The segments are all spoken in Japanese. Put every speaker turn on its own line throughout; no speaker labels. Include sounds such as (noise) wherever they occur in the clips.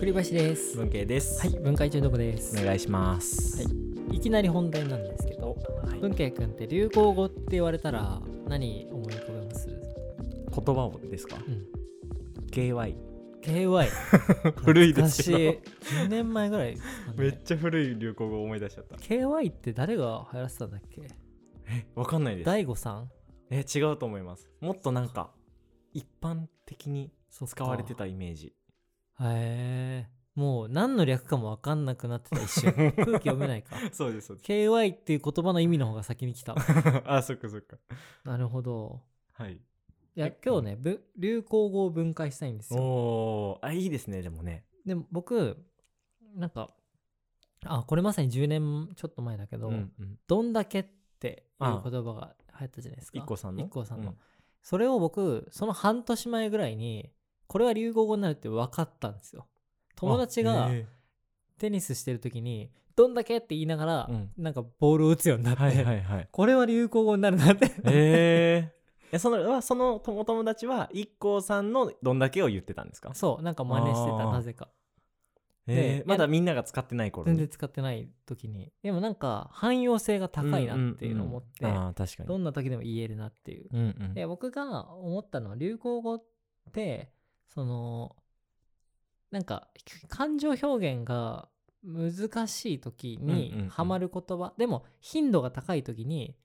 栗林です。
文系です。
はい、文化一中どこです、
お願いします。
い。きなり本題なんですけど、
はい
文慶君って流行語って言われたら何思い浮かべます？
言葉をですか
うん。
?KY。
KY。
(laughs) 古いですけど
懐かしい。10年前ぐらいですかね。
めっちゃ古い流行語を思い出しちゃった。
KY って誰が流行らせたんだっけ？
わかんないです。
大悟さん。
え、違うと思います。もっとなんか、一般的に
そう
使われてたイメージ。
へえ。もう何の略かも分かんなくなってた一
(laughs)
瞬。空気読めないか。
(laughs) そうです、そうです。
KY っていう言葉の意味の方が先に
(laughs)
来た。
あ、そっかそっか。
なるほど。
はい。
いや
え
今日ね、ぶ流行語を分解したいんですよ。
おー、あ、いいですね、でもね。
でも僕なんかあこれまさに10年ちょっと前だけど「
うんうん。
どんだけ」っていう
ああ
言葉が流行ったじゃないですか。
一個さんの
一個さんの
うん
それを僕その半年前ぐらいにこれは流行語になるって分かったんですよ。友達が
あへ
テニスしてる時に「どんだけ」って言いながら、
うん
なんかボールを打つようになって、
ーはいはいはい。
これは流行語になるなって、
えー。えそのはそのお友達は IKKO さんのどんだけを言ってたんですか
そうなんか真似して
あ
た
あ
なぜか
え
で
ー、まだみんなが使ってない頃
全
に
然使ってない時にでもなんか汎用性が高いなっていうのを思って、
うんうんうんあー確かに
どんな時でも言えるなっていう。
うんうん
で僕が思ったのは流行語ってそのなんか感情表現が難しい時
うんうんう
に
ん
ハマる言葉、でも頻度が高い時に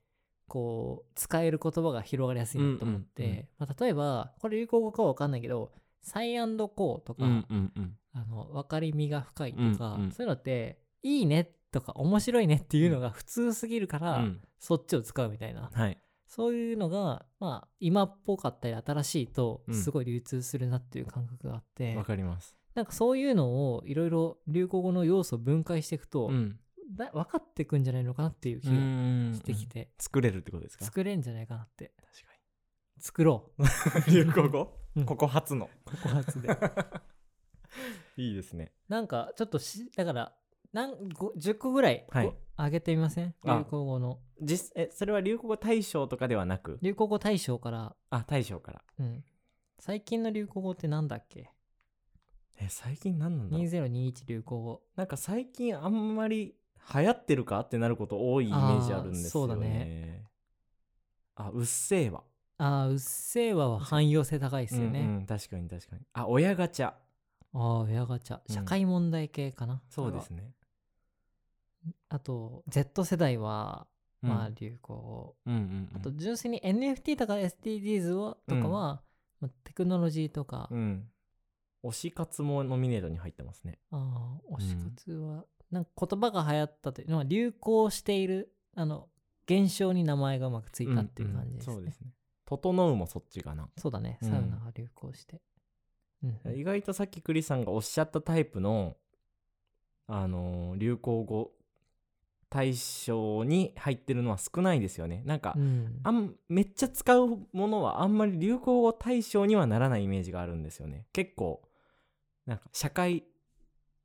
こう使える言葉が広がりやすいなと思って、
うんうんうん
まあ、例えばこれ流行語かは分かんないけど「サイアンドコー」とか、
うんうんうん
あの「分かりみが深い」とか、
うんうん
そういうのって「いいね」とか「面白いね」っていうのが普通すぎるから、
うん
そっちを使うみたいな。
はい
そういうのが、まあ、今っぽかったり新しいと
うん
すごい流通するなっていう感覚があって、
わかります
なんかそういうのをいろいろ流行語の要素を分解していくと、
ん
だ分かってくんじゃないのかなっていう気
うん
が
うんうん
してきて、
作れるってことですか
作れんじゃないかなって
確
作ろう
かに流行語
うん
ここ初の
告発
(laughs)
で
いいですね
なんかちょっとしだからなんご10個ぐらい、
はい
ご上げてみません
あ
流行語の
実えそれは流行語大賞とかではなく
流行語大賞から、
あ大賞から
うん、最近の流行語ってなんだっけ
え最近何なんだろう
2021流行語
なんか最近あんまり流行ってるかってなること多いイメージあるんですよ
あーそうだ
ねあうっせーわ
ああ、うっせぇわは汎用性高いですよね。
うんうん確かに確かにあ親ガチャ
ああ、親ガチャ。
うん
社会問題系かな。
そうです
ね。
ね
あと、Z 世代は、まあ、
うん
流行語。
うんうんうん
あと、純粋に NFT とか SDGs はとかは、まあ、テクノロジーとか、
うん。推し活もノミネートに入ってますね。
ああ、推し活は、なんか言葉が流行ったというのは、流行している、あの、現象に名前がうまくついたっていう感じですね。
んんそうですね。整うもそっちかな。
そうだね。
うん
サウナが流行して。うんうん
意外とさっきクリさんがおっしゃったタイプの、あのー流行語対象に入ってるのは少ないですよね。なんか、
うん
あんめっちゃ使うものはあんまり流行語対象にはならないイメージがあるんですよね。結構、なんか社会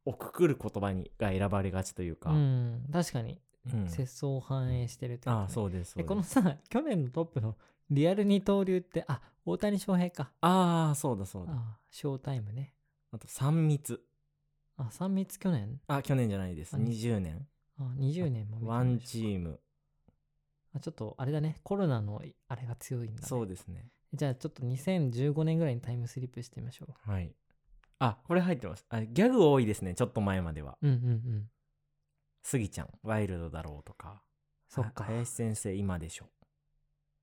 をくくる言葉にが選ばれがちというか。
うん、確かに、
うん
世相を反映してるってことね
ああ、そうです。そう
で
です
このさ (laughs) 去年のトップのリアル二刀流ってあ大谷翔平か
ああ、そうだそうだ。
あショータイムね
あと3密。
あ3密去年
あ、去年じゃないです。
あに
20年。
あ20年も見てない
ワンチーム。
あちょっとあれだねコロナのいあれが強いんだ、ね、
そうですね。
じゃあちょっと2015年ぐらいにタイムスリップしてみましょ
はい。あ、これ入ってます。あギャグ多いですね。ちょっと前までは。
ううんうんうん
スギちゃん、ワイルドだろうとか。
そっか
は林先生、今でしょ。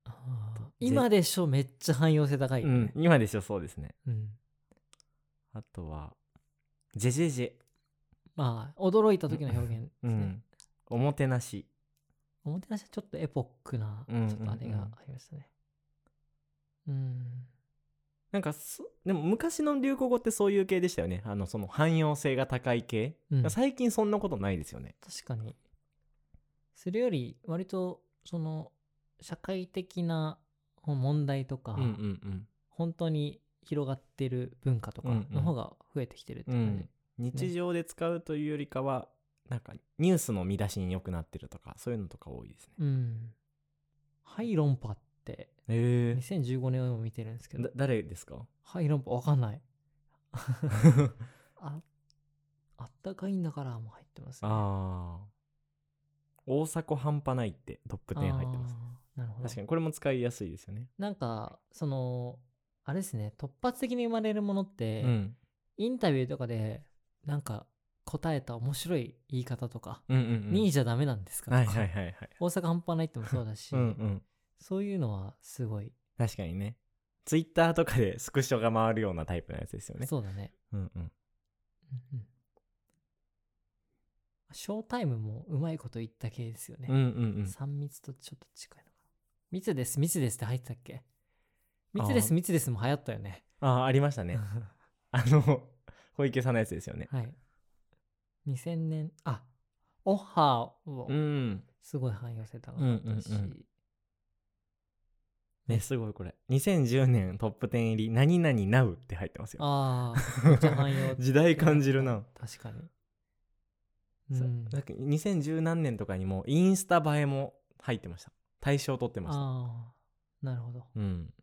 あー
ぜ
今でしょめっちゃ汎用性高いよ
う
ね
ん、今でしょ、そうですね。
うん
あとは、ジェジェジェ。
まあ驚いた時の表現ですね、
うん。おもてなし。
おもてなしはちょっとエポックなち
うんうんうん
ょっとあれがありましたねうん
なんかそ、でも昔の流行語ってそういう系でしたよね。あの、その汎用性が高い系。
うん
最近そんなことないですよね。
確かにそれより割とその社会的な問題とか、
うんうん
本当に広がってる文化とか
うんうん
の方が増えてきてるって
うん。う
感じ、
ん日常で使うというよりかは、なんかニュースの見出しに良くなってるとかそういうのとか多いですね
うんはい論破って
へ
2015年を見
(laughs)
てるんですけど
誰ですか
はい論破わかんないああったかいんだからも入ってますね。
ああ。大迫半端ないってトップ10入ってます。
あー。なるほど
確。かにこれも使いやすいですよね。
なんか、その、あれですね、突発的に生まれるものって、
うん。
インタビューとかで、なんか、答えた面白い言い方とか、
うんうん、うん。
にじゃダメなんですかとか、
はいはいはいはい。
大阪半端ないってもそうだし、
うんうん。
そういうのはすごい、
確かにね。ツイッターとかでスクショが回るようなタイプのやつですよね。
そうだね。
うんうん。
うんうんショータイムもうまいこと言った系ですよね。
うんうん
3密とちょっと近いのかな。密です、密ですって入ってたっけ
あー
密です、密ですも流行ったよね。
うん。ああ、ありました (laughs) ね。あの、小池さんのやつですよね。
(laughs) はい。2000年、あ、オッハーを
うん。
すごい汎用性高かったし、
うんうんうね、すごいこれ。2010年トップ10入り、何々なうって入ってますよ。
ああ、めっちゃ汎用
(laughs) 時代感じるな。
確かに。
さ
うん
なんか2010何年とかにもインスタ映えも入ってました大賞取ってました
ああ、なるほど。
うん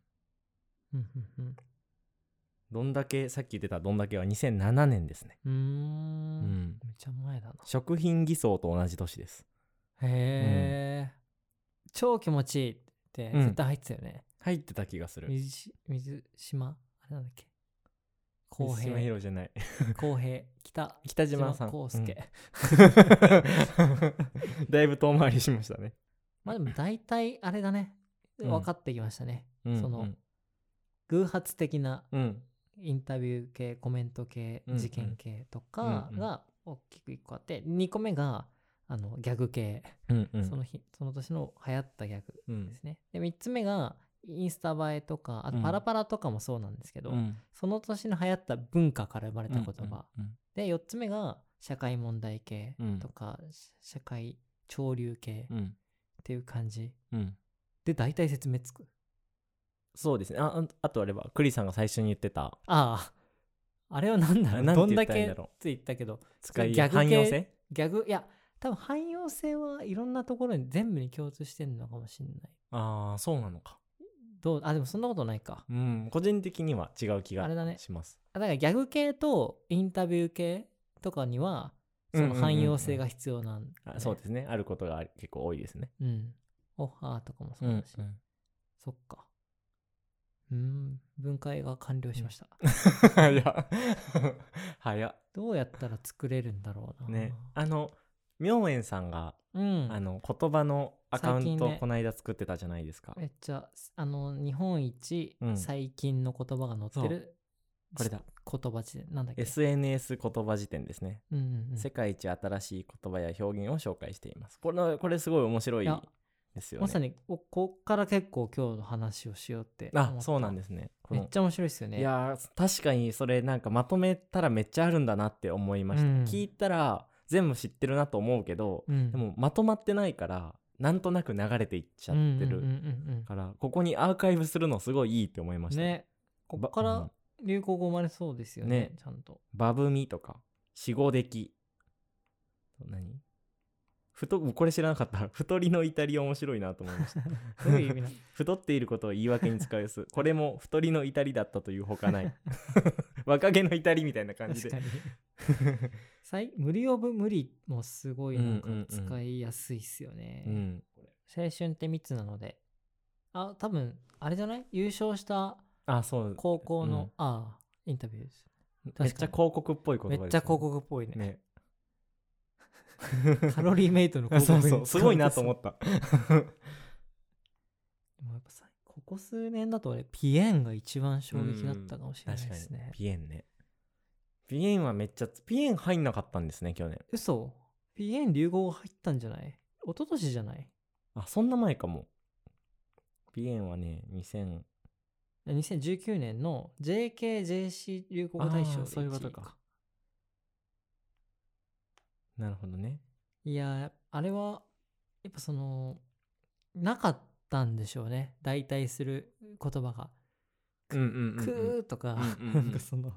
うんうん
どんだけさっき言ってたどんだけは2007年ですね
うん。うー。
うんん
めっちゃ前だな。
食品偽装と同じ年です
へえ、超気持ちいいって
うん
絶対入ってたよね。
入ってた気がする
水し水島あれなんだっけ公
水島ヒ
平、
ロじゃない (laughs)
公平、北
北島さん
康介。
うん (laughs) だいぶ遠回りしましたね、
まあでも大体あれだね。
うん
分かってきましたね。
うん
その
うん
偶発的な
うん
インタビュー系、コメント系
うんう、ん
事件系とか
うんうん
が大きく1個あって、2個目があのギャグ系、
うんうん
その日、その年の流行ったギャグ
うん
ですね。で、3つ目がインスタ映えとか、あと
うん
パラパラとかもそうなんですけど、
うん
その年の流行った文化から生まれた言葉。
うん
で、4つ目が社会問題系とか、社会潮流系
う
っ
んうん
ていう感じ。
うん
で、大体説明つく。
そうですねあああとあればクリさんが最初に言ってた
ああ、あれは何だろ
あ
う
なん
ど
て
んだ
言ったらいい
け
んだ
って
ろう
言ったけど、
使い
ギャグ系
汎用性
ギャグ、いや、多分汎用性はいろんなところに全部に共通してるのかもしれない。
ああそうなのか
どうあ、でもそんなことないか。
うん個人的には違う気
あ
が
れだね
します、
あだからギャグ系とインタビュー系とかには、そ
うんう
の
んうんうん
汎用性が必要なんだ
あ
ね
そうですねあることがある結構多いですね
うん。オファーとかもそうだし。そっか。うーん、分解が完了しました。
(laughs) (laughs) 早っ早っ
どうやったら作れるんだろうな。
ねあの明円さんが、
うん。
あの言葉のアカウ
最近
ント
ね
この間作ってたじゃないですか、
めっちゃ、あの、日本一
うん
最近の言葉が載ってる、
これだ
言葉辞典。なんだっけ、
SNS 言葉辞典ですね、
うんうんうん
世界一新しい言葉や表現を紹介していますこれこれすごい面白い
いや
ですよね
まさに、おこっから結構今日の話をしようって
あそうなん
で
ですねこ
め
の
っちゃ面白いですよね。
いやー確かにそれなんかまとめたらめっちゃあるんだなって思いました、
うん
聞いたら全部知ってるなと思うけど、
うん、
でもまとまってないからなんとなく流れていっちゃ
う
っ
んうん
て
うんうんうん、
るから、ここにアーカイブするのすごいいいって思いました、
ね。こっか
ばう
ら
ん
流行語生まれそうですよね、
ね
ちゃんと。
バブミとか死後でき何ふとこれ知らなかった (laughs) 太りの至り面白いなと思いました
どういう意味なの
(laughs) 太っていることを言い訳に使うやつこれも太りの至りだったというほ
(laughs)
かない若気の至りみたい (laughs) な感じ
確か
で
に。
(laughs)
最無理オブ無理もすごいなんか
うんうんうん
使いやすいっすよね、
うん
青春って密なのであ多分あれじゃない優勝した
あ、そう。
高校の、
うん
ああインタビューです
めっちゃ広告っぽい言葉
め
ですね、
っちゃ広告っぽいね
ね。
(laughs) カロリーメイト
(laughs)
の
あ
広
そ
告
うそう、すごいなと思
って
った。
もうやっぱさここ数年だと俺ピエンが一番衝撃だったかもしれない
確
で
か
す
に
ね。
ピエンね。ピエンはめっちゃ、ピエン入んなかったんですね、去年。
嘘ピエン流行語入ったんじゃない一昨年じゃない
あ、そんな前かも。ピエンはね、2000。
2019年の JKJC 流行語大賞
あーそういうこと
1位
かなるほどね。
いやーあれはやっぱそのなかったんでしょうね代替する言葉が
うんうん
「
うん
く
うん。
ー」とか、
うんうんうん
(laughs) なんかその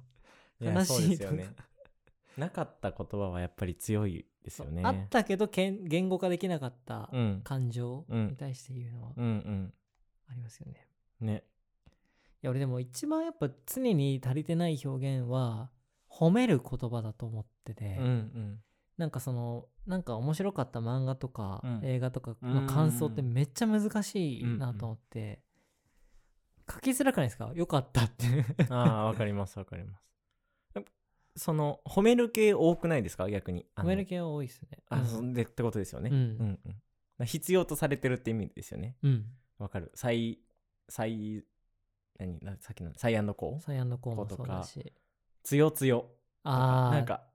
いや
悲
そう
し
で
い
す
と
よ
か、
ね。 (laughs) なかった言葉はやっぱり強いですよね。
あったけどけん言語化できなかった
うん。
感情
うん
に対して言うのは
うん
ありますよね。
うん。ね。
いや俺でも一番やっぱ常に足りてない表現は「褒める言葉だと思ってて、
うん
なんかそのなんか面白かった漫画とか、
うん
映画とかの感想ってめっちゃ難しいなと思って、書きづらくないですかよかったって
うんああわかりますわかりますやっぱその褒める系多くないですか逆 (laughs) にあ
褒
の
める系多いですね
あ
うん
そんでってことですよね
うん
うんうん必要とされてるって意味ですよね
うん
わかる再再何なさっきのサイアンドコー
サイアンのコーもそうだし
強強
ああ
なんか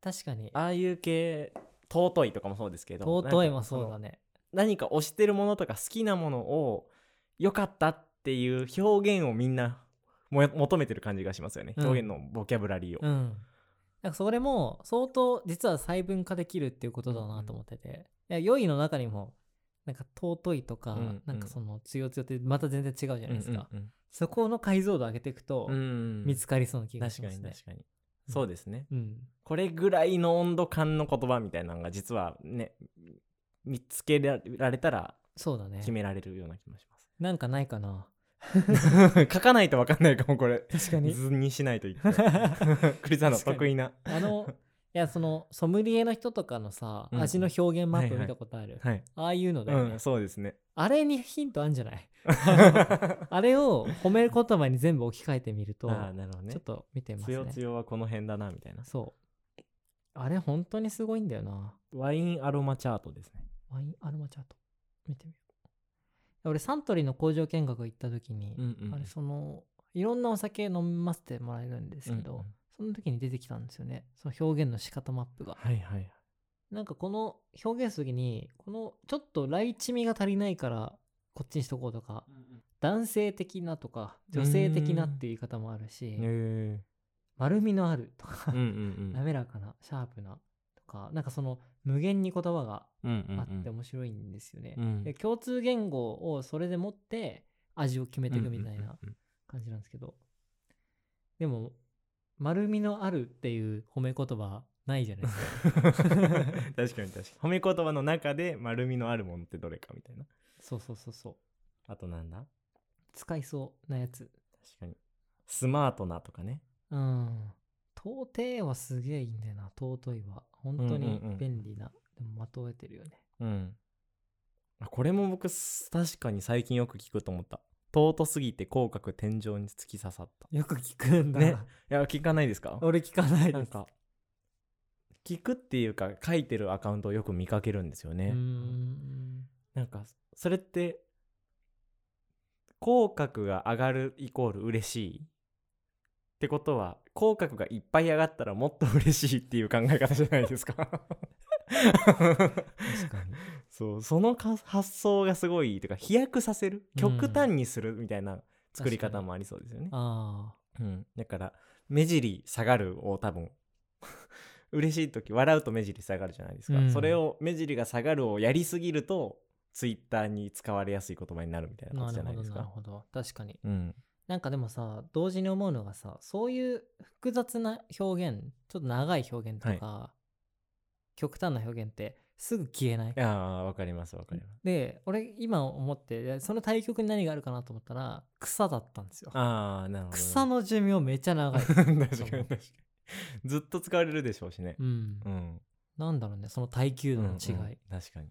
確かに
ああいう系尊いとかもそうですけど
尊いもそう
ね
だね
何か推してるものとか好きなものを良かったっていう表現をみんなも求めてる感じがしますよね、
うん
表現のボキャブラリーを、
うんなんかそれも相当実は細分化できるっていうことだなと思ってて、いや良いの中にもなんか尊いとか、
うんうん
なんかその強強ってまた全然違うじゃないですか、
うん
そこの解像度上げていくと
うんうん
見つかりそうな気がし
確か
ます
に
ね、
確かに、そうですね
うん
これぐらいの温度感の言葉みたいなのが実はね見つけられたら
そうだね
決められるような気もします
なんかないかな
(laughs) 書かないと分かんないかもこれ
確かに
図にしないといけない (laughs) クリスさんの得意な
(laughs) あのいやそのソムリエの人とかのさ、
うん
味の表現マップ見たことある、
はい、
ああいうのだよね、
うんそうです (laughs) ね
あれにヒントあんじゃないあれを褒める言葉に全部置き換えてみる
(laughs)
と、
ああなるほどね
ちょっと見てますね
強強はこの辺だなみたいな
そうあれ本当にすごいんだよな
ワインアロマチャートですね
ワインアロマチャート見てみよう俺サントリーの工場見学行った時に、
んう
あれそのいろんなお酒飲ませてもらえるんですけど、
うんうん
その時に出てきたんですよねその表現の仕方マップが
はいはい
なんかこの表現する時にこのちょっとライチ味が足りないからこっちにしとこうとか男性的なとか女性的なっていう言い方もあるし
へ
丸みのあるとか
えうん (laughs) うん
滑らかなシャープなとかなんかその無限に言葉が
うんうんうん
あって面白いんですよね、
うん
で共通言語をそれでもって味を決めていくみたいな
うんうん
感じなんですけど、でも丸みのあるっていう褒め言葉ないじゃない
(laughs)
ですか
うんうん確かに確かに褒め言葉の中で丸みのあるものってどれかみたいな
そうそうそうそう
あとなんだ
使いそうなやつ
確かにスマートなとかね
うん到底はすげえいいんだよな尊いは本当に
うんうんうん
便利な、でもまとえてるよね
うんあこれも僕す確かに最近よく聞くと思った尊すぎて口角天井に突き刺さったい
よく聞くんだ、
ねや聞かないですか
俺聞かない
な
で
ん
す
か聞くっていうか書いてるアカウントをよく見かけるんですよ
う
ね
ー。ん
なんかそれって口角が上がるイコール嬉しいってことは口角がいっぱい上がったらもっと嬉しいっていう考え方じゃないですか。
確かに
(laughs) そうそのか発想がすごいというか飛躍させる
うん
極端にするみたいな作り方もありそうですよね。
ああ
うん、だから目尻下がるを多分 (laughs) 嬉しい時笑うと目尻下がるじゃないですか、
うん
それを目尻が下がるをやりすぎるとツイッターに使われやすい言葉になるみたいなこ
な
とじ
る
ゃな
ほ
い
ど
です
なる
か。
ほど確かに
うん、
なんかでもさ同時に思うのがさそういう複雑な表現ちょっと長い表現とか、極端な表現ってすぐ消えない
ああわかりますわかります。
で俺今思っていやその対局に何があるかなと思ったら草だったんですよ
ああなるほど。
草の寿命めっちゃ長い
(laughs) 確かに確かにずっと使われるでしょうしね。
うん
うん。
なんだろうねその耐久度の違い、
うんうん確かに。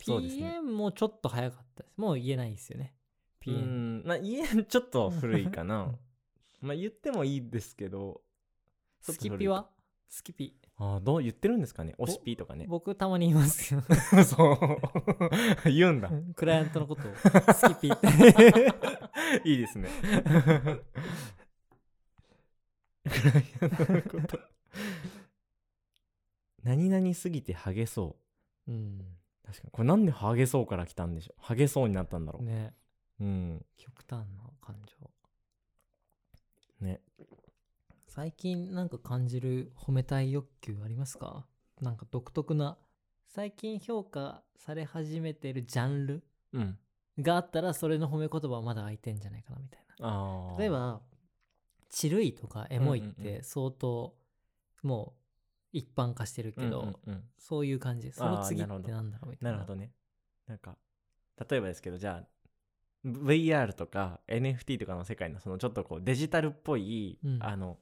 そうですね
PM もちょっと早かったですもう言えないですよね
う
PM。
んまあ家ちょっと古いかな
(laughs)
まあ言ってもいいですけど。ちょっ
ス
と古い
キピはスキピ
ああどう言ってるんですかね。おしぴーとかね。
僕たまに言います
(laughs)
よ
そう。言うんだ。
クライアントのこと
(laughs)
をスキピって。
いいですね。クライアントのこと。何々すぎてハゲそ
うん。
う。確かに。これなんでハゲそうから来たんでしょう。ハゲそうになったんだろう。
ね。
うん。
極端な感情。
ね。
最近なんか感じる褒めたい欲求ありますかなんか独特な。最近評価され始めてるジャンル
うん。
があったら、それの褒め言葉はまだ空いてんじゃないかなみたい
あ
な。
あ。
例え。ば、チルいとかエモいっ
うんうんう
て相当、もう一般化してるけ
うん
ど、
うんうん
そういう感じ。その次っ
あー
て
な
な
るほど
んだろうみたい
な
な。
るほどね。なんか、例えばですけど、じゃあ、VR とか NFT とかの世界のそのちょっとこうデジタルっぽい、
うん
あの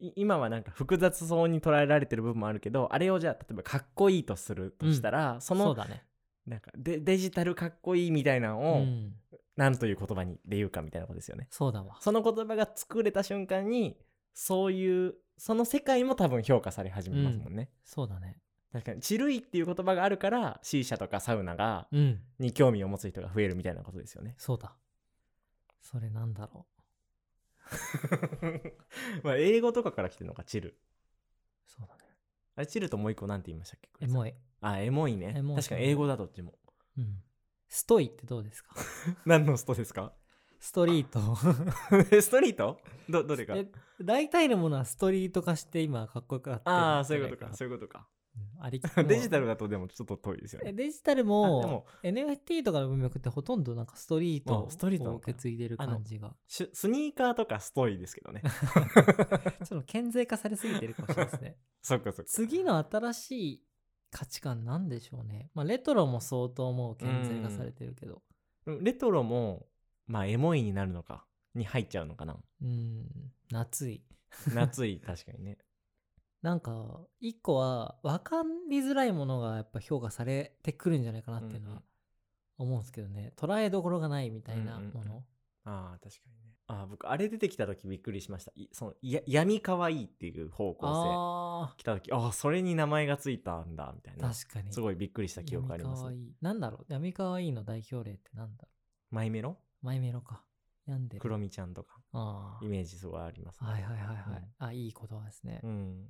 い今はなんか複雑そうに捉えられてる部分もあるけどあれをじゃあ例えばかっこいいとするとしたら、
そ
そ
う
の
だね。
なんかデデジタルかっこいいみたいな
う
のを、
ん。
なんという言葉にで言うかみたいなことですよね。
そうだわ。
その言葉が作れた瞬間にそういうその世界も多分評価され始めますもんね。
そうだね。
確かに「チルイ」っていう言葉があるから C 社とかサウナが
うん。
に興味を持つ人が増えるみたいなことですよね。
そうだ。それなんだろう。
(laughs) まあ英語とかから来てるのかチル。
そうだね。
あれチルともう一個なんて言いましたっけ
エモい。
あエモいね
エモい
確かに英語だどっちも。
うん。ストイってどうです
(laughs)
か
何のストですか (laughs)
ストリート。
ストリートどどれか
え大体のものはストリート化して今かっこよくなってるんじゃない
ああそういうことかそういうことか。
うんあり
(laughs) デジタ
ル
ルだとでもちょっと遠いですよね。
デジタル
あで
も
も
NFT とかの文脈ってほとんどなんかストリート
あストリートな
を
んだ
受け継いでる感じが
しスニーカーとかストイですけど
(laughs)
ね。
ちょっと顕在化されすぎてるかもしれないですね
そっかそっか。
次の新しい価値観なんでしょうねまあレトロも相当もう顕在化されてるけど
でもレトロも、まあ、エモいになるのか、に入っちゃうのかな。
うん夏い (laughs)
夏い、確かにね。
なんか一個は分かりづらいものがやっぱ評価されてくるんじゃないかなっていうの
うんう
は
ん
思うんですけどね捉えどころがないみたいなも
うんうんう
の
ああ、確かにね。ああ、僕、あれ出てきた時びっくりしました。いそのや闇かわいいっていう方向
あ
性。来た時、ああ、それに名前がついたんだ、みたい
ー
な。
確かに
すごいびっくりした記憶ありま
闇か
す
わ。いい。なんだろう闇かわいいの代表例ってなんだろ
マイメロ
うマイメロか。病んで
ク
る。
ロミちゃんとか、
ああ
イ。メージすごいあります、
はいはいはいはい。あ、いい言葉ですね
う。ん。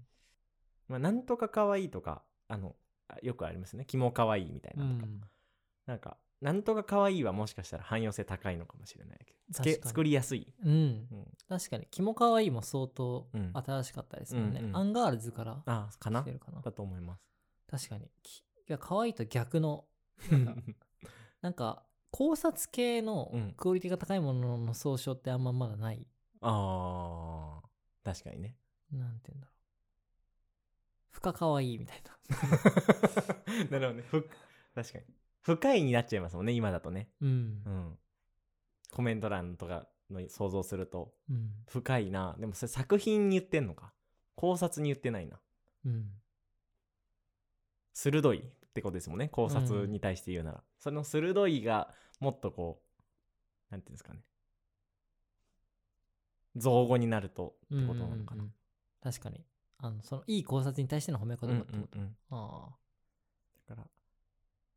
まあ、なんとかかわいいとか、あの、あよくありますね。キモかわいいみたいうなとか。
ん。
なんか、なんとか可愛いはもしかしたら汎用性高いのかもしれないけど、つけ
確かに
作りやすい。
うん
う。ん、
確かに、キモかわいいも相当
うん
新しかったですもんね
うんう。ん
アンガールズから
あ、か
来
な
てるかな。
だと思います。
確かに。きいや、可愛いと逆の、なん
(laughs)
かなんか、考察系の
うん
クオリティが高いものの総称ってあんままだない。
あー、確かにね。 (laughs)
なんて言うんだろう。深かわいいみたいな。
なるほどね。ふ確かに。深いになっちゃいますもんね、今だとね。
うん
う。ん。コメント欄とかの想像すると、
うん。
深いな。でもそれ作品に言ってんのか。考察に言ってないな。
うん。
鋭いってことですもんね考察に対して言うなら、その鋭いがもっとこうなんていうんですかね造語になるとってことなの
う
かな、
んうんうん確かにあのそのいい考察に対しての褒め言葉ってこと、
うんうんうん
あ
だから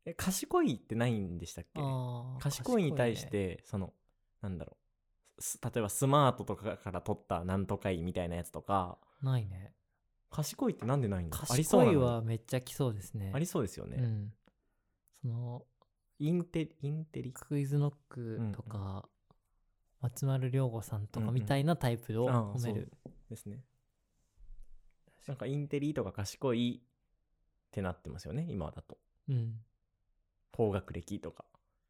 え賢いってないんでしたっ
ー
け
あー
賢いに対し
賢いね
て、そのなんだろうす例えばスマートとかから取ったなんとかいみたいなやつとか
ないね
賢いってなんでないんだありそう
賢
ないのに
はめっちゃきそうですね
ありそうですよ
う
ね、
んその
インテリインテリ
クイズノックとか、松丸亮吾さんとかみたいなタイプを褒
あー
め
そ
る、
うですねなんかインテリとか賢いってなってますよね今だと
うん
高学歴とか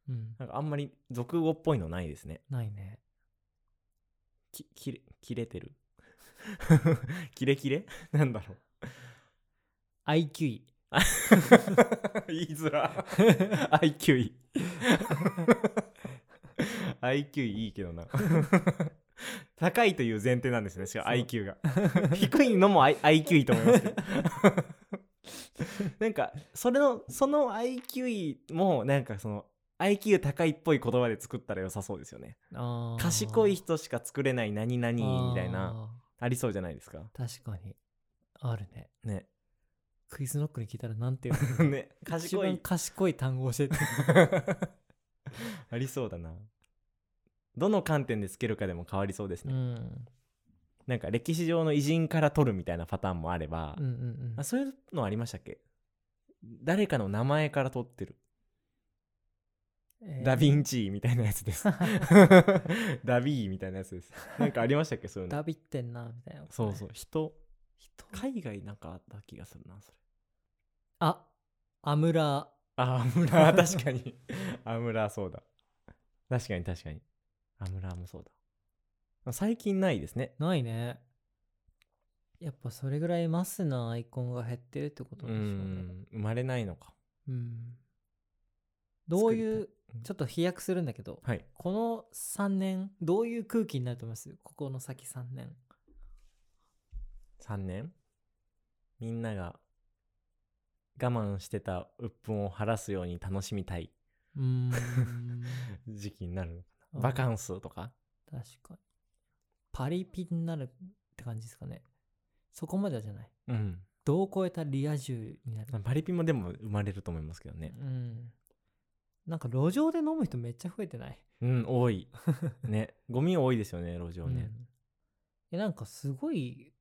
うん
なんかあんまり俗語っぽいのないですね
ないね
ききれ切れてる (laughs) キレキレなんだ
(laughs)
ろ
IQ 位
う言いづ (laughs) ら IQ い (laughs) IQ いいけどな (laughs) 高いという前提なんですねしかも
そう
IQ が
(laughs)
低いのも I- IQ いいと思いますけどなんかそれのその IQ いもなんかその IQ 高いっぽい言葉で作ったら良さそうですよね
あー
賢い人しか作れない何々みたいなありそうじゃないですか
あー確かにあるね
ね
クイズノックに聞いたらなんて言うの
(laughs) ね
(laughs) 一
賢
番
い
賢い単語教えて
ありそうだなどの観点でつけるかでも変わ (laughs) りそうです
う
ね、
ん
なんか歴史上の偉人から取るみたいなパターンもあれば、
うんうんうん
あそういうのありましたっけ誰かの名前から取ってる、
えー
ダヴィンチーみたいなやつです (laughs) ダビーみたいなやつですなんかありましたっけそういうの
ダビってんなみたいな、
そうそうう人
人
海外なんかあった気がするなそれ
あアムラ
あアムラー確かにアムラーそうだ確かに確かにアムラーもそうだ最近ないですね
ないねやっぱそれぐらいマスなアイコンが減ってるってこと
う
でしょうね
ん生まれないのか
うんどういう
作りたいうん
ちょっと飛躍するんだけど
はい
この3年どういう空気になると思いますここの先3年
3年みんなが我慢してた鬱憤を晴らすように楽しみたいう
ーん
時期になるのかなバカンスとか
確かにパリピになるって感じですかねそこまではじゃない
うん
度を超えたリア充になる
パリピもでも生まれると思いますけどね
うんなんか路上で飲む人めっちゃ増えてない
うん
(laughs)
多いねゴミ多いですよね路上
う
ね、
んえなんかすごい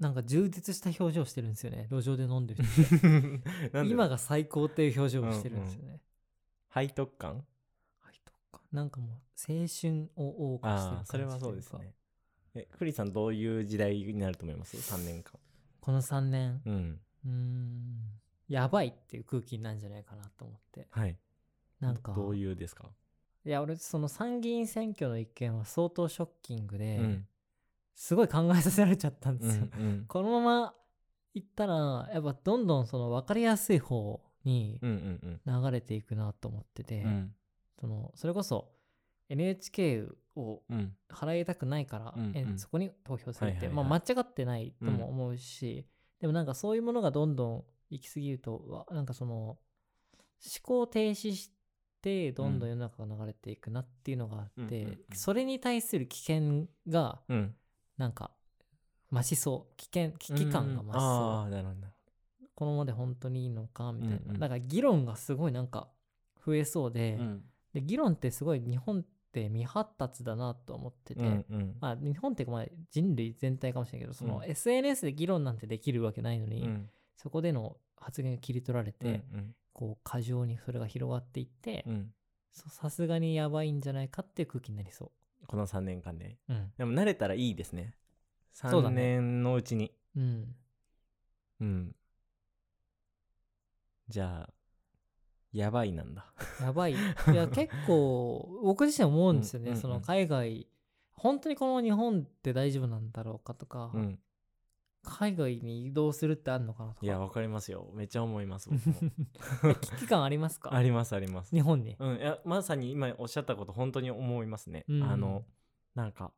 なんか充実した表情してるんですよね路上で飲んでる人
(laughs) なんで
今が最高っていう表情をしてるんですよね、
背徳感
はいとかなんかもう青春を謳歌してる
あ
感
あ
じ
それはそうですねえ栗さんどういう時代になると思います3年間
この3年
うん
うーんやばいっていう空気になるんじゃないかなと思って
はい
なんか
どういうですか、
いや俺その参議院選挙の一件は相当ショッキングで、
うん
すごい考えさせられちゃったん
う
ですよ、
ん
(laughs)
うん
このまま行ったらやっぱどんどんその分かりやすい方に
うんうん
流れていくなと思ってて、
うんうん
そのそれこそ NHK を
うん
払いたくないから、
うん
え
うん
そこに投票するって、
はいはいはい
まあ、間違ってないとも思うし、でもなんかそういうものがどんどん行き過ぎるとわなんかその思考停止してどんどん世の中が流れていくなっていうのがあって、
うんうんうんうん
それに対する危険が
うん
なんか増しそう危険危機感が増しそう、
ああーなるほどなる
このままで本当にいいのかみたいな、
うんうん
だから議論がすごいなんか増えそうで,、
ほどうん
で議論ってすごい日本って未発達だなと思ってて、
うんうん
まあ、日本っていうかまあ人類全体かもしれないけどその
うん
SNS で議論なんてできるわけないの
う
に、
ん
そこでの発言が切り取られて、
うん
こう過剰にそれが広がっていって
うんうん
そさすがにやばいんじゃないかっていう空気になりそ
この3年間で
う。うん
でも慣れたらいいですね
そうだ
3
ね
年のうちに
うん、
うんじゃあやばいなんだ
やばい。い
(laughs)
や、結構、僕自身思うんですよね。
うんうんうん
その海外、本当にこの日本って大丈夫なんだろうかとか、
うん
海外に移動するってあるのかなとか。
いやわかりますよめっちゃ思います僕
(laughs)
も (laughs)
え危機感ありますか
ありますあります
日本に。
うん、いやまさに今おっしゃったこと本当に思いますね。
うん
あのなんか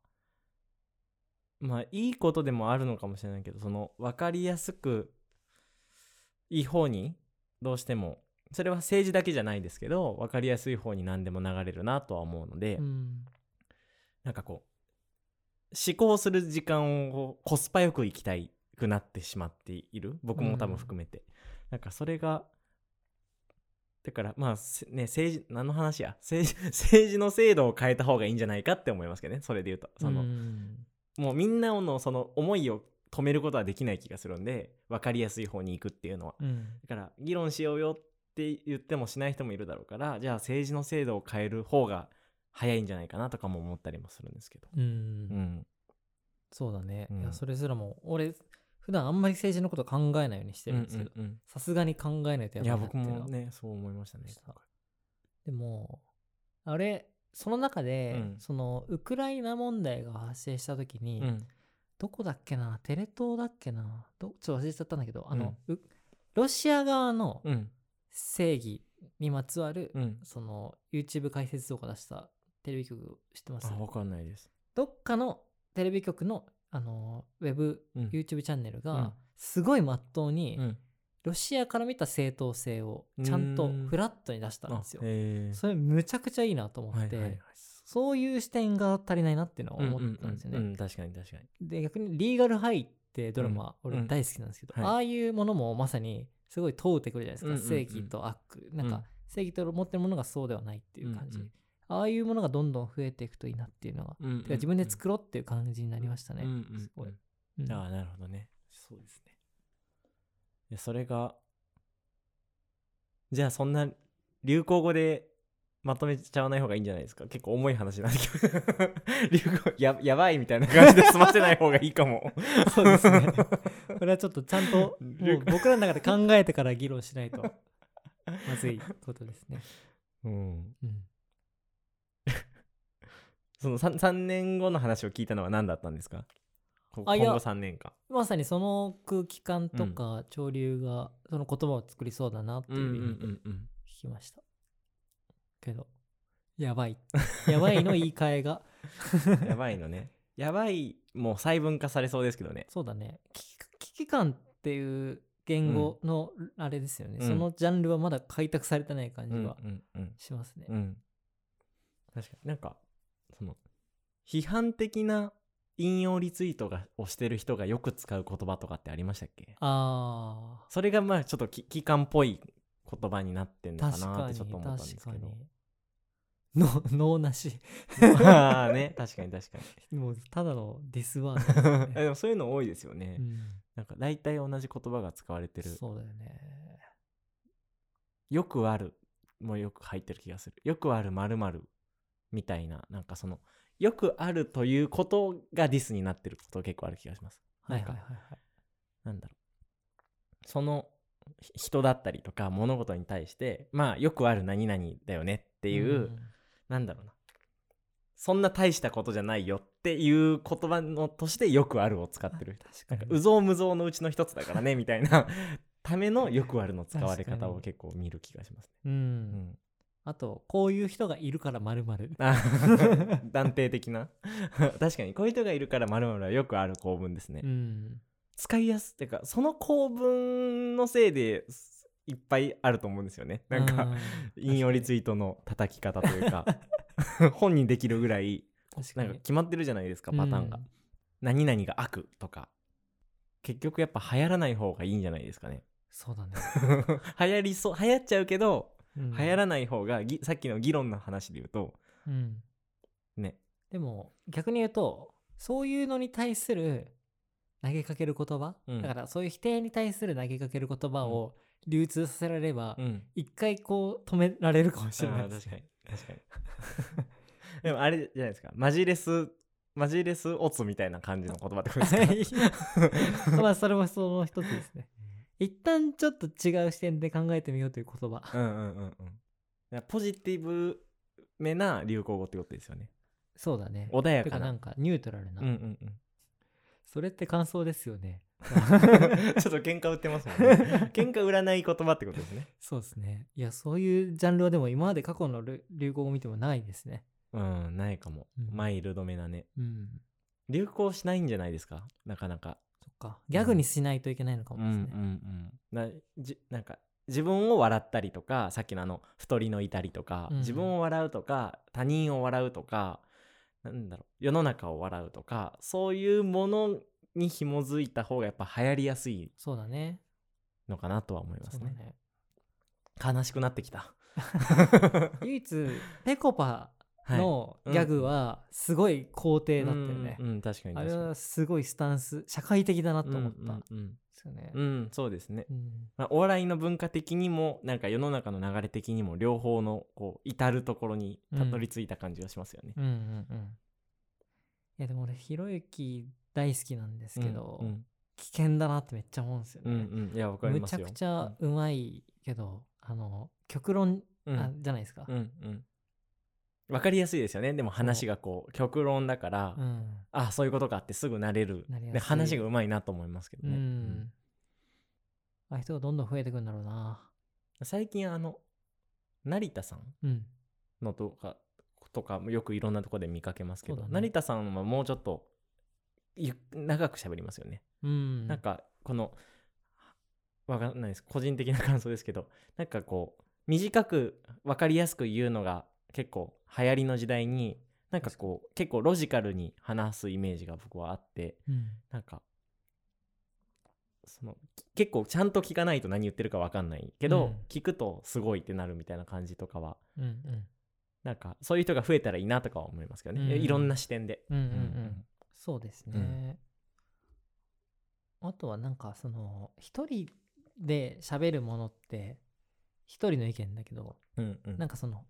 まあいいことでもあるのかもしれないけどその分かりやすくいい方にどうしてもそれは政治だけじゃないですけど分かりやすい方に何でも流れるなとは思うので、
うん。
なんかこう思考する時間をコスパよく行きたいくなってしまっている僕も多分含めて、なんかそれがだからまあせね政治何の話や政治 (laughs) 政治の制度を変えた方がいいんじゃないかって思いますけどねそれで言うとその、
うん
もうみんなのその思いを止めることはできない気がするんで分かりやすい方に行くっていうのは
うん。
だから議論しようよって言ってもしない人もいるだろうからじゃあ政治の制度を変える方が早いんじゃないかなとかも思ったりもするんですけど。
うん
うん、
そうだね。
うん
いや、それすらも、俺、普段あんまり政治のこと考えないようにしてるんですけど、
うんうん
さすがに考えないと
うん
や
い
ばいな
や
っ
僕
ていうのは
もねそう思いましたね
したでもあれその中で、
うん
そのウクライナ問題が発生した時に、
うん
どこだっけなテレ東だっけなどちょっと忘れちゃったんだけどあの、うロシア側の
うん
正義にまつわる、
うん
その YouTube 解説動画出したテレビ局知ってます
あ分かんないです
どっかのテレビ局のあのウェブ、
うん
YouTube チャンネルが、
うん
すごい真っ当に、
うん
ロシアから見た正当性をちゃんと
うん
フラットに出したん
あ
ですよ。
へえ
それむちゃくちゃいいなと思って、そういう視点が足りないなっていうのは思ったんですよね。
うんうううん確かに確かに
で逆に「リーガルハイ」ってドラマ、
うん
俺大好きなんですけど、
うんはい
ああいうものもまさにすごい問うてくるじゃないですか、
うんうんうん
正義と悪なん
うん
か正義と思ってるものがそうではないっていう感じ、
うんうん
ああいうものがどんどん増えていくといいなっていうのが、
うんうんうん
てか自分で作ろうっていう感じになりましたね、
うんうんうん
すごい、うん
ああなるほどねそうですねいやそれがじゃあそんな流行語でまとめちゃわない方がいいんじゃないですか結構重い話なんだけど (laughs) 流行ややばいみたいな感じで済ませない方がいいかも
(laughs) そうですねこれはちょっとちゃん
(laughs)
とも
了
う僕らの中で考えてから議論しない
(laughs)
とまずいことですね、
うん
うん
(laughs) その 3, 3年後の話を聞いたのは何だったんですかこ
あ
今
いや
後3年間。
まさにその空気感とか潮流がその言葉を作りそうだなっていう意味で聞
うん
きました、けどやばいやばいの言い換え
(laughs)
が
うん。やばいのね。やばいもう細分化されそうですけどね。
そうだね危機機感っていう言語のあれですよね、
うん
そのジャンルはまだ開拓されてない感
う
じ
ん
は
うんうん
しますね。
うん。確かになんか、その、批判的な引用リツイートがをしてる人がよく使う言葉とかってありましたっけ
ああ
それがまあちょっと危機感っぽい言葉になってんのか
確
なっ
か
て
に
ちょっ
確
と思ったんです
か
け
に
ど。。
の脳なし
ああ (laughs) ね、確かに確か
もうただのディスワードですよ
(laughs) に。
ね、
でもそういうの多いですよね。
うん
なんか大体同じ言葉が使われてる。
そうだよね。
よくあるもよく入ってる気がする。よくある〇〇みたいな、なんかその、よくあるということがディスになってること結構ある気がします。
はい
なん
はい
か
はいはい。
なんだろうそのひ人だったりとか物事に対してまあよくある何々だよねっていう、
ん
なんだろうなそんな大したことじゃないよっていう言葉のとしてよくあるを使ってる
確かに。
うぞうむぞうのうちの一つだからねみたいなためのよくあるの使われ方を結構見る気がします
うん
ね。うん
あと、こういう人がいるからまるまる。
あ断定的な確かにこういう人がいるから〇〇はよくある構文ですね。
うん。
使いやすってかその構文のせいですいっぱいあると思うんですよねなん
う
か
ん、
引用リツイートの叩き方というか本にできるぐらい
確か
な
に
んか決まってるじゃないですかパターンが、
うん
何々が悪とか結局やっぱ流行らない方がいいんじゃないですかね
そうだね。
(laughs) 流行りそう流行っちゃうけど、
うん
流行らない方がぎさっきの議論の話で言うと
うん。
ね
でも、逆に言うと、そういうのに対する投げかける言葉、
うん
だからそういう否定に対する投げかける言葉を流通させられれば、
うん
一回こう止められるかもしれ
あ
ない
ー
です
確かに
ね。
確かに (laughs) でもあれじゃないですかマジレスマジレスオツみたいな感じの言葉ってことですか (laughs)
まあ、それもその一つですね。一旦ちょっと違う視点で考えてみようという言葉。
うんうんうんうんだからポジティブめな流行語ってことですよね
そうだね。
穏や
て
か
か
な
なんかニュートラルな。
うんうん (laughs) うん
それって感想ですよね。
ちょっと喧嘩売ってますもん (laughs) ね喧嘩売らない言葉ってことですね
そうですね。いや、そういうジャンルはでも今まで過去の流流行を見てもないですね。
うんないかも、
うん
マイルドめなね
うん。
流行しないんじゃないですかなかなか
そっか。ギャグにしないといけないのかもですね。
うんうんなじなんか自分を笑ったりとかさっきのあの太りのいたりとか、
うん
自分を笑うとか他人を笑うとかなんだろう世の中を笑うとかそういうものに紐づいた方がやっぱ流行りやすい
そうだね。
のかなとは思いま
そ
す
うだ
ね
ね。
悲しくなってき
(laughs)
た
唯一、ペコ
(laughs)
パのギャグはすごい肯定だったよね
う。ん、うん確かに
あ
確
れ
かに
はすごいスタンス、社会的だなと思った。
うん
で
うん
すよね
う。んうんそうですね
うん
まあ、お笑いの文化的にもなんか世の中の流れ的にも両方のこう至るところにたどり着いた感じがしますよね。
うんうんうん。いや、でも俺、ひろゆき大好きなんですけど、
うん
危険だなってめっちゃ思うんですよ
う
ね。
んうんいやわかり
む
ま
ち
す
ゃ
よ。
くちゃうまいけど、あの極論、
うん
あじゃないですか、
うんうんわかりやすいですよねでも話がこう極論だから、
うん
あそういうことかってすぐなれる
なりやすい
で話がうまいなと思いますけど
うん
ね。
ああいう人がどんどん増えてくんだろうな
最近あの成田さん
うん
のとかとかもよくいろんなとこで見かけますけど、
そうだね
成田さんはもうちょっとゆ長く喋りますよね。
うん
なんかこのわかんないです個人的な感想ですけど (laughs) なんかこう短く分かりやすく言うのが結構流行りの時代になんかこう結構ロジカルに話すイメージが僕はあって
うん
なんかそのき結構ちゃんと聞かないと何言ってるか分かんないけど、
うん
聞くとすごいってなるみたいな感じとかは
うんうん
なんかそういう人が増えたらいいなとかは思いますけどね、
うん
いろんな視点で。
うんうんうん、
うん
そうですね、あとはなんかその一人で喋るものって一人の意見だけど
うんうん
なんかその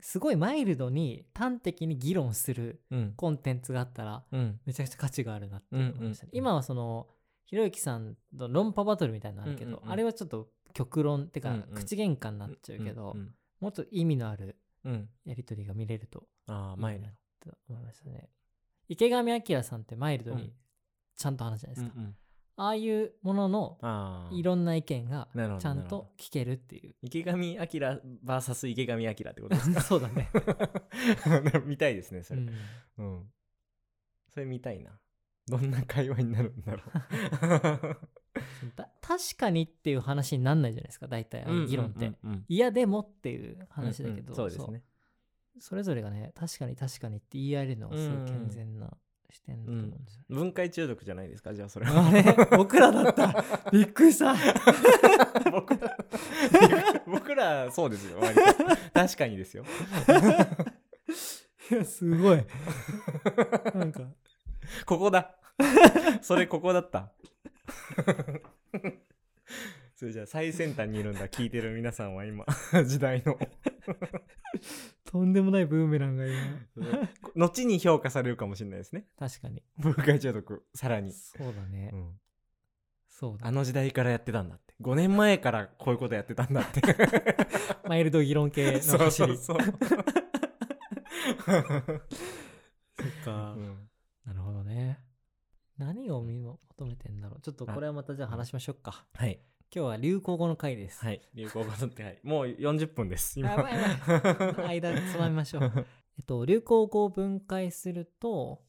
すごいマイルドに端的に議論する
うん
コンテンツがあったら
うん
めちゃくちゃ価値があるなって思いましたね、
うんうん
今はそのひろゆきさんの論破バトルみたいなのあるけど、
うんうんうん
あれはちょっと極論ってか、
うんうん
口喧嘩になっちゃうけど、
うん
もっと意味のある
うんうん
やり取りが見れると
ああ
いい
前
なと思いましたね池上彰さんってマイルド
う
に
ん
ちゃんと話すじゃないですか、
うんうん
ああいうものの
ああ
いろんな意見が
なるほど
ちゃ
なんるほど
と聞けるっていう
池上彰 VS 池上彰ってことです
(laughs) そうだ
(laughs)
ね、
か見たいですねそうれ、
ん、
うんそれ見たいなどんな会話になるんだろ
だ確かにっていう話になんないじゃないですか大体ああ (laughs) いう
う
議論って、
うんうんうんうん
いやでもっていう話だけど、
うんうんそうですね
それぞれがね確かに確かにって言い合えるのがすごい健全な視点だと思うんですよね、
分解中毒じゃないですかじゃあそれ
あ
は
れ (laughs) 僕らだったびっくりした
僕らいや僕らそうですよ割と確かにですよ
いやすご
(laughs)
いなんか
ここだそれここだった (laughs) それじゃあ最先端にいるんだ聞いてる皆さんは今 (laughs) 時代の
とんでもないブーメランが今
後に評価されるかもしれないですね
確かに
分解中毒さらに、
そうだね、
うん
そうだ
あの時代からやってたんだって5年前からこういうことやってたんだって
(laughs) マイルド議論系の走り
そうそうそう
そっ
(laughs)
か
うん
なるほどね何を見も求めてんだろうちょっとこれはまたじゃあ話しましょうか
はい
今日は流行語の回です、
はい流行語だって、はい、もう40分です今
やばいやばい間つまみ
(laughs)
ましょうえっと流行語を分解すると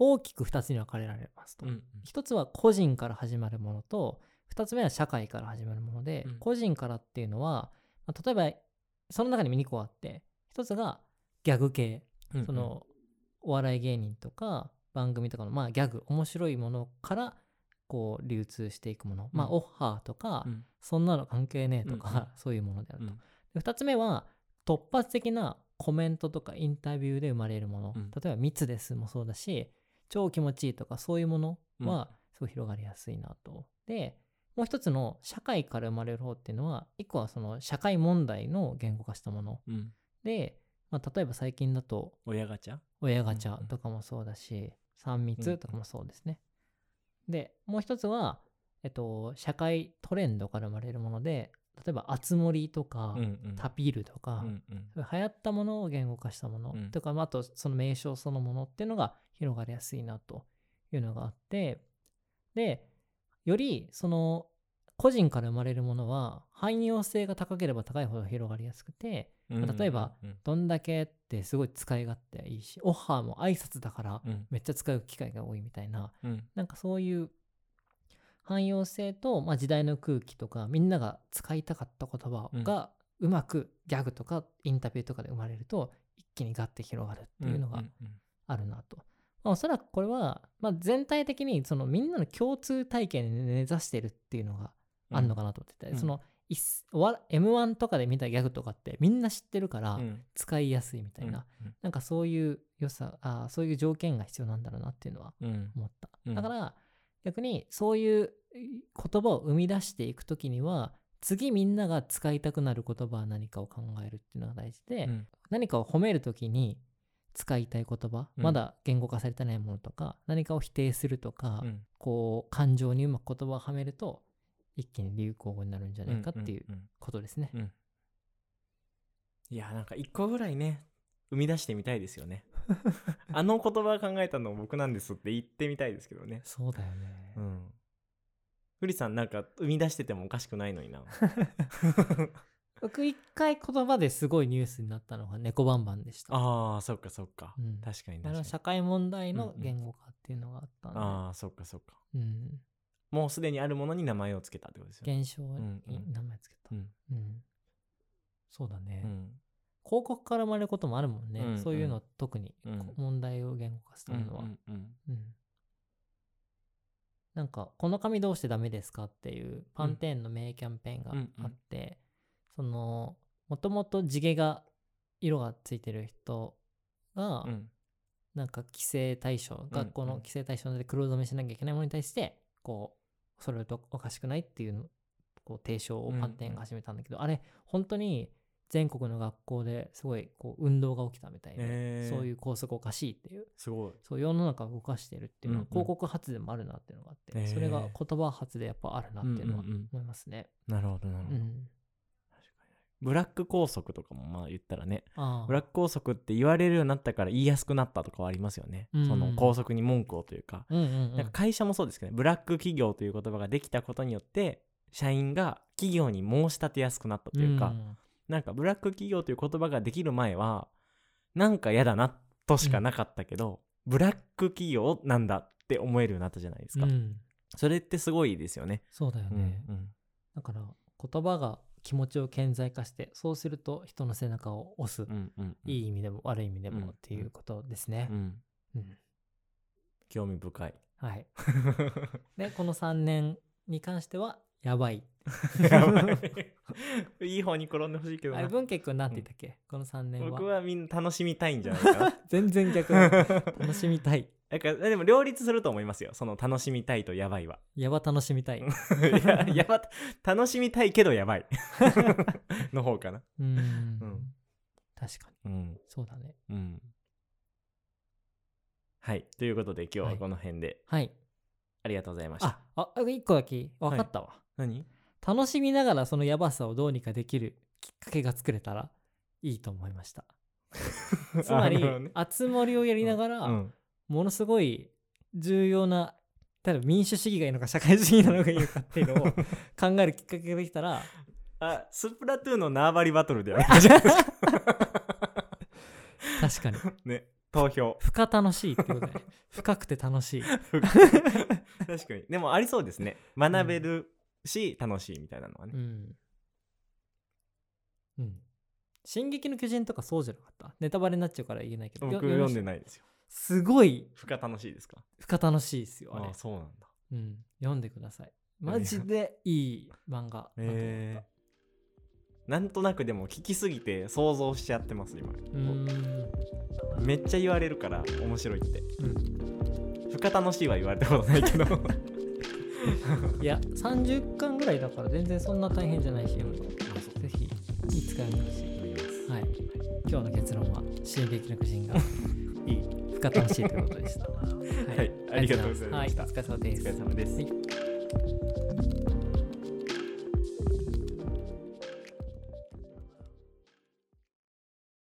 大きく2つに分かれられますと、
うん
一つは個人から始まるものと二つ目は社会から始まるもので、
うん
個人からっていうのは、まあ、例えばその中にも2個あって一つがギャグ系
うん
そのお笑い芸人とか番組とかのまあギャグ面白いものからこう流通していくもの、まあ
うん
オッハーとか、
うん
そんなの関係ねえと
うんうん
か、そういうものである
う
と、
ん
で2つ目は突発的なコメントとかインタビューで生まれるもの、
うん
例えば「密です」もそうだし「超気持ちいい」とかそういうものはすごい広がりやすいなと。でもう一つの社会から生まれる方っていうのは一個はその社会問題の言語化したもの
うん
で、まあ、例えば最近だと
親ガチャ
親ガチャとかもそうだし、三密とかもそうですね。で、もう一つは、えっと、社会トレンドから生まれるもので、例えば、あつ森とか、
うんうん
タピールとか、
うんうん
流行ったものを言語化したもの
うん
とか、まああとその名称そのものっていうのが広がりやすいなというのがあってでよりその個人から生まれるものは汎用性が高ければ高いほど広がりやすくて
うん
例えば
うん
どんだけってすごい使い勝手いいしオッハーも挨拶だから
うん
めっちゃ使う機会が多いみたいな
うん
なんかそういう汎用性と、まあ、時代の空気とかみんなが使いたかった言葉がうまくギャグとかインタビューとかで生まれると一気にガッて広がるっていうのが
んん
あるなと。まあおそらくこれは、まあ、全体的にそのみんなの共通体験に根ざしてるっていうのが
うん
あるのかなと思ってて、
うん
そのいっおわ M1 とかで見たギャグとかってみんな知ってるから
うん
使いやすいみたいな、
うん
なんかそういう良さあーそういう条件が必要なんだろうなっていうのは
うん
思った、
うん
だから逆にそういう言葉を生み出していく時には次みんなが使いたくなる言葉は何かを考えるっていうのが大事で、
うん
何かを褒める時に使いたい言葉、
うん
まだ言語化されてないものとか何かを否定するとか、
うん
こう感情にうまく言葉をはめると一気に流行語になるんじゃないかっていうん
ん
ことですね。
うんうんいやなんか一個ぐらいね生み出してみたいですよね (laughs) あの言葉考えたの僕なんですって言ってみたいですけどね
そうだよね。
うんふりさんなんか生み出しててもおかしくない
(laughs)
のにな
僕一回言葉ですごいニュースになったのが猫バンバンでした。
あーそっかそっか、
うん
確かに
あれ
確か
は
に
社会問題
うん
の
うん
言語化っていうのがあったんで、
ああそっかそっか
うん、
もうすでにあるものに名前をつけたってことですよね
現象
んう
に
ん
名前つけた、
う
うん
ん
そうだね、
う
広
ん
告から生まれることもあるもんね、
うんうん
そういうの特に
うん
こ問題を言語化したものは、
うんうん
うんなんか「この紙どうしてダメですか?」っていうパンテーンの名キャンペーンがあって、そのもともと地毛が色がついてる人が、
うんうん
なんか規制対象
ん
学校の規制対象で黒染めしなきゃいけないものに対してこうそれとおかしくないっていうのこう提唱をパンテンが始めたんだけどあれ本当に全国の学校ですごいこう運動が起きたみたい
へ
で
ー
そういう校則おかしいっていう
すごい
そう世の中を動かしてるっていうのは
うんうん
広告発でもあるなっていうのがあっ
へ
て
ー
それが言葉発でやっぱあるなっていうのは
うんうんうん
思いますね。
なるほどなるほ
う
ど、
ん
ブラック拘束とかもまあ言ったらね
あ
ブ
あ
ラック拘束って言われるようになったから言いやすくなったとかはありますよね、
うん
その拘束に文句をというか,、
うんうんう
なん
ん
か会社もそうですけどねブラック企業という言葉ができたことによって社員が企業に申し立てやすくなったというか、
うん
なんかブラック企業という言葉ができる前はなんか嫌だなとしかなかったけど、ブラック企業なんだって思えるようになったじゃないですか、
うん、
それってすごいですよね
そうだよね、
うんうん
だから言葉が気持ちを顕在化してそうすると人の背中を押す、
うんうんうん
いい意味でも悪い意味で
うん
もっていうことですね
う、ん
うん
興味深い
はいでこの3年に関してはやばい
やば (laughs) いいい方に転んでほしいけど
あ
な
れ文慶君なんて言ったっけ、この3年は
僕はみんな楽しみたいんじゃないかな
全然逆 (laughs)
(laughs)
だ楽しみたい
だからでも両立すると思いますよその楽しみたいとやば
(laughs)
いは
やば楽しみたい
いややば楽しみたいけどやばい (laughs) の方かな
うん
ん
確かに
うん
そうだね
うんはいということで今日はこの辺で
はい
ありがとうございました、
ああ1個だけ分かったわ、
(laughs) 何
楽しみながらそのやばさをどうにかできるきっかけが作れたらいいと思いましたつま
あ
り
なるほどね
熱盛をやりながら、
うん
ものすごい重要な例えば民主主義がいいのか社会主義なのがいいのかっていう
(laughs)
のを考えるきっかけができたら
あスプラトゥーンの縄張りバトルでやるじゃないです
(laughs)
か
確かに
ね投票
深楽しいって
(laughs)
ことで深くて楽しい
確かにでもありそうですね学べるし、楽しいみたいなのはね、
うんうん「進撃の巨人」とかそうじゃなかったネタバレになっちゃうから言えないけど
僕
よ
読んで
まし
ないですよ
たすごい
負荷楽しいですか
深楽しいですよあれ
あそうなんだ
うん、読んでください。マジでいい漫画だと思った。
えー、なんとなくでも聞きすぎて想像しちゃってます今
うーん
めっちゃ言われるから面白いって
う
負荷楽しいは言われたことない (laughs) けどあ
ん、いや30巻ぐらいだから全然そんな大変じゃないし読むと
そう
ぜひいつか読んでほしい、はい、今日の結論は「進撃の巨人」がいい深楽しいということでした、は
(laughs) はいありがとうございました
はい、お疲れ様で
お疲
す
れ様です、
はい